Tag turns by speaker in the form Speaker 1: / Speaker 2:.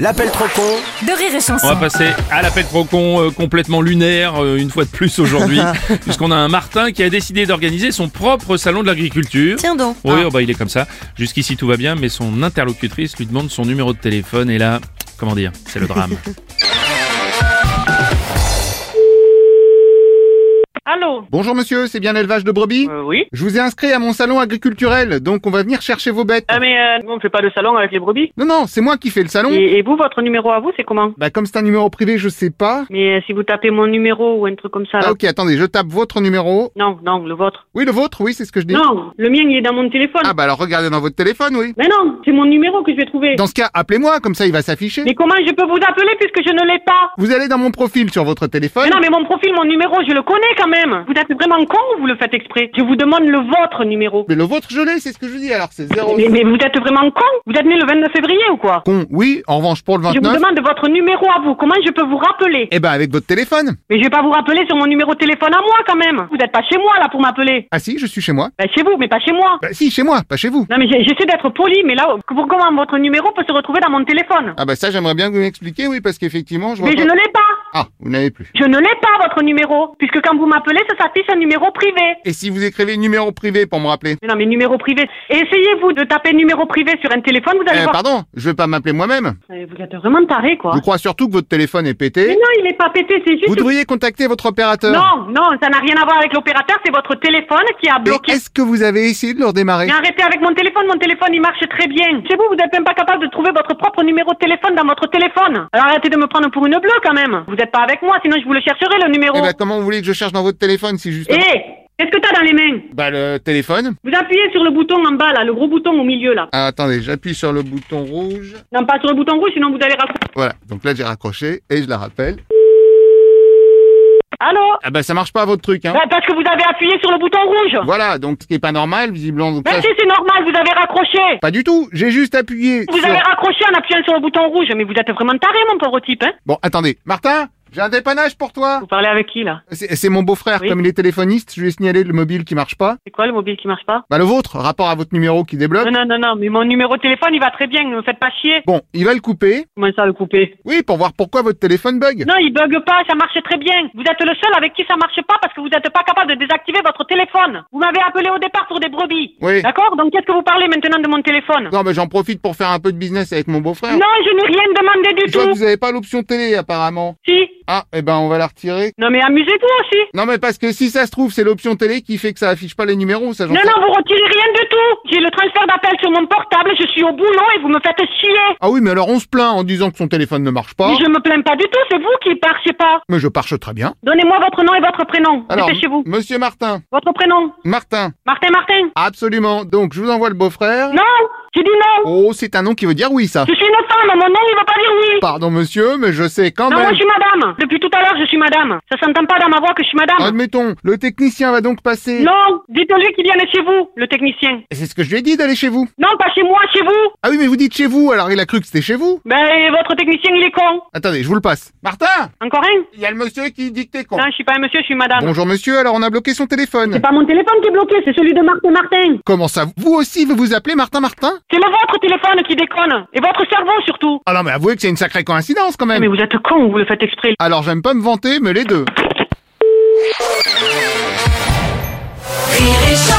Speaker 1: L'appel trop con
Speaker 2: de rire et chanson.
Speaker 3: On va passer à l'appel trop con euh, complètement lunaire euh, une fois de plus aujourd'hui puisqu'on a un Martin qui a décidé d'organiser son propre salon de l'agriculture.
Speaker 2: Tiens donc.
Speaker 3: Oui, oh bah il est comme ça. Jusqu'ici tout va bien mais son interlocutrice lui demande son numéro de téléphone et là, comment dire, c'est le drame.
Speaker 4: Allô
Speaker 5: Bonjour monsieur, c'est bien l'élevage de brebis
Speaker 4: euh, Oui.
Speaker 5: Je vous ai inscrit à mon salon agriculturel, donc on va venir chercher vos bêtes.
Speaker 4: Ah mais euh, on ne fait pas de salon avec les brebis.
Speaker 5: Non, non, c'est moi qui fais le salon.
Speaker 4: Et, et vous, votre numéro à vous, c'est comment
Speaker 5: Bah comme c'est un numéro privé, je sais pas.
Speaker 4: Mais euh, si vous tapez mon numéro ou un truc comme ça... là-
Speaker 5: Ah ok, attendez, je tape votre numéro.
Speaker 4: Non, non, le vôtre.
Speaker 5: Oui, le vôtre, oui, c'est ce que je dis.
Speaker 4: Non, le mien, il est dans mon téléphone.
Speaker 5: Ah bah alors regardez dans votre téléphone, oui.
Speaker 4: Mais non, c'est mon numéro que je vais trouver.
Speaker 5: Dans ce cas, appelez-moi, comme ça il va s'afficher.
Speaker 4: Mais comment je peux vous appeler puisque je ne l'ai pas
Speaker 5: Vous allez dans mon profil sur votre téléphone.
Speaker 4: mais non, mais mon profil, mon numéro, je le connais quand même. Vous êtes vraiment con ou vous le faites exprès Je vous demande le vôtre numéro.
Speaker 5: Mais le vôtre, je l'ai, c'est ce que je dis, alors c'est zéro.
Speaker 4: Mais, mais vous êtes vraiment con Vous êtes né le 29 février ou quoi
Speaker 5: Con, oui, en revanche pour le
Speaker 4: Je vous
Speaker 5: 29,
Speaker 4: demande votre numéro à vous. Comment je peux vous rappeler
Speaker 5: eh bah avec votre téléphone.
Speaker 4: Mais je vais pas vous rappeler sur mon numéro de téléphone à moi quand même. Vous n'êtes pas chez moi là pour m'appeler.
Speaker 5: Ah si, je suis chez moi.
Speaker 4: Ben, chez vous, mais pas chez moi.
Speaker 5: Bah si, chez moi, pas chez vous.
Speaker 4: Non, mais j'ai- j'essaie d'être poli, mais là, pour comment votre numéro peut se retrouver dans mon téléphone
Speaker 5: Ah bah ça, j'aimerais bien que vous m'expliquiez, oui, parce qu'effectivement, je vois
Speaker 4: Mais je
Speaker 5: pas-
Speaker 4: ne l'ai pas
Speaker 5: Ah, vous n'avez plus.
Speaker 4: Je ne l'ai pas, votre numéro Puisque quand vous m'appelez, ça s'affiche un numéro privé
Speaker 5: Et si vous écrivez numéro privé pour me rappeler
Speaker 4: mais non, mais numéro privé. Essayez-vous de taper numéro privé sur un téléphone, vous allez
Speaker 5: Eh,
Speaker 4: voir.
Speaker 5: pardon, je vais pas m'appeler moi-même.
Speaker 4: Eh, Vous êtes vraiment taré, quoi.
Speaker 5: Je crois surtout que votre téléphone est
Speaker 4: Mais
Speaker 5: pété.
Speaker 4: non, il n'est pas pété, c'est juste.
Speaker 5: Vous devriez contacter votre opérateur.
Speaker 4: Non, non, ça n'a rien à voir avec l'opérateur, c'est votre téléphone qui a
Speaker 5: Mais
Speaker 4: bloqué.
Speaker 5: est-ce que vous avez essayé de le redémarrer
Speaker 4: Mais arrêtez avec mon téléphone, mon téléphone il marche très bien. Chez vous, vous n'êtes même pas capable de trouver votre propre numéro de téléphone dans votre téléphone. Alors arrêtez de me prendre pour une bleue quand même. Vous n'êtes pas avec moi, sinon je vous le chercherai le numéro.
Speaker 5: Eh ben, comment vous voulez que je cherche dans votre téléphone si
Speaker 4: Eh,
Speaker 5: justement...
Speaker 4: qu'est-ce que t'as dans les mains
Speaker 5: Bah, le téléphone.
Speaker 4: Vous appuyez sur le bouton en bas là, le gros bouton au milieu là.
Speaker 5: Ah, attendez, j'appuie sur le bouton rouge.
Speaker 4: Non, pas sur le bouton rouge, sinon vous allez raccrocher.
Speaker 5: Voilà, donc là, j'ai raccroché et je la rappelle.
Speaker 4: Allô
Speaker 5: Ah bah, ça marche pas votre truc, hein.
Speaker 4: Bah, Parce que vous avez appuyé sur le bouton rouge.
Speaker 5: Voilà, donc ce qui est pas normal, visiblement... donc ça,
Speaker 4: Mais si, c'est normal, vous avez raccroché.
Speaker 5: Pas du tout, j'ai juste appuyé
Speaker 4: Vous
Speaker 5: sur...
Speaker 4: avez raccroché en appuyant sur le bouton rouge. Mais vous êtes vraiment taré, mon pauvre type, hein
Speaker 5: Bon, attendez, Martin j'ai un dépannage pour toi
Speaker 4: Vous parlez avec qui là
Speaker 5: C'est c'est mon beau-frère,
Speaker 4: Oui.
Speaker 5: comme il est téléphoniste, je lui ai signalé le mobile qui marche pas.
Speaker 4: C'est quoi le mobile qui marche pas
Speaker 5: Bah le vôtre, rapport à votre numéro qui débloque.
Speaker 4: Non, non, non, non, mais mon numéro de téléphone, il va très bien, ne me faites pas chier.
Speaker 5: Bon, il va le couper.
Speaker 4: Comment ça, le couper
Speaker 5: Oui, pour voir pourquoi votre téléphone bug.
Speaker 4: Non, il bug pas, ça marche très bien. Vous êtes le seul avec qui ça marche pas parce que vous n'êtes pas capable de désactiver votre téléphone. Vous m'avez appelé au départ pour des brebis.
Speaker 5: Oui.
Speaker 4: D'accord Donc qu'est-ce que vous parlez maintenant de mon téléphone
Speaker 5: Non, mais j'en profite pour faire un peu de business avec mon beau-frère.
Speaker 4: Non, je n'ai rien demandé du
Speaker 5: Je vois que
Speaker 4: tout.
Speaker 5: vous avez pas l'option télé, apparemment.
Speaker 4: Si.
Speaker 5: Ah, eh ben, on va la retirer.
Speaker 4: Non, mais amusez-vous aussi.
Speaker 5: Non, mais parce que si ça se trouve, c'est l'option télé qui fait que ça affiche pas les numéros, ça j'en
Speaker 4: Non,
Speaker 5: sais-
Speaker 4: non, vous retirez rien du tout. J'ai le transfert d'appel sur mon portable, je suis au boulot et vous me faites chier.
Speaker 5: Ah oui, mais alors on se plaint en disant que son téléphone ne marche pas.
Speaker 4: Mais je me plains pas du tout, c'est vous qui marchez pas.
Speaker 5: Mais je parche très bien.
Speaker 4: Donnez-moi votre nom et votre prénom.
Speaker 5: Alors,
Speaker 4: Dépêchez-vous.
Speaker 5: monsieur Martin.
Speaker 4: Votre prénom.
Speaker 5: Martin.
Speaker 4: Martin, Martin.
Speaker 5: Hein Absolument. Donc, je vous envoie le beau-frère.
Speaker 4: Non, j'ai dit non.
Speaker 5: Oh, c'est un nom qui veut dire oui, ça.
Speaker 4: Je suis une femme, mon nom il veut pas dire oui.
Speaker 5: Pardon, monsieur, mais je sais quand
Speaker 4: Non, moi
Speaker 5: même.
Speaker 4: je suis madame. Depuis tout à l'heure, je suis madame. Ça s'entend pas dans ma voix que je suis
Speaker 5: Ah,
Speaker 4: madame.
Speaker 5: Admettons, le technicien va donc passer.
Speaker 4: Non, dites-lui qu'il vienne chez vous, le technicien.
Speaker 5: C'est ce que je lui ai dit d'aller chez vous.
Speaker 4: Non, pas chez moi, chez vous.
Speaker 5: Ah oui, mais vous dites chez vous, alors il a cru que c'était chez vous.
Speaker 4: Ben, votre technicien, il est con.
Speaker 5: Attendez, je vous le passe. Martin
Speaker 4: Encore un
Speaker 5: Il y a le monsieur qui dit que t'es con.
Speaker 4: Non, je suis pas un monsieur, je suis madame.
Speaker 5: Bonjour monsieur, alors on a bloqué son téléphone.
Speaker 4: C'est pas mon téléphone qui est bloqué, c'est celui de Martin Martin.
Speaker 5: Comment ça Vous aussi, vous vous appelez Martin Martin
Speaker 4: C'est le vôtre téléphone qui déconne. Et votre cerveau surtout.
Speaker 5: Ah non, mais avouez que c'est une sacrée coïncidence quand même.
Speaker 4: Mais vous êtes con, vous le faites exprès.
Speaker 5: Alors j'aime pas me vanter, mais les deux.
Speaker 2: Rire et chanson.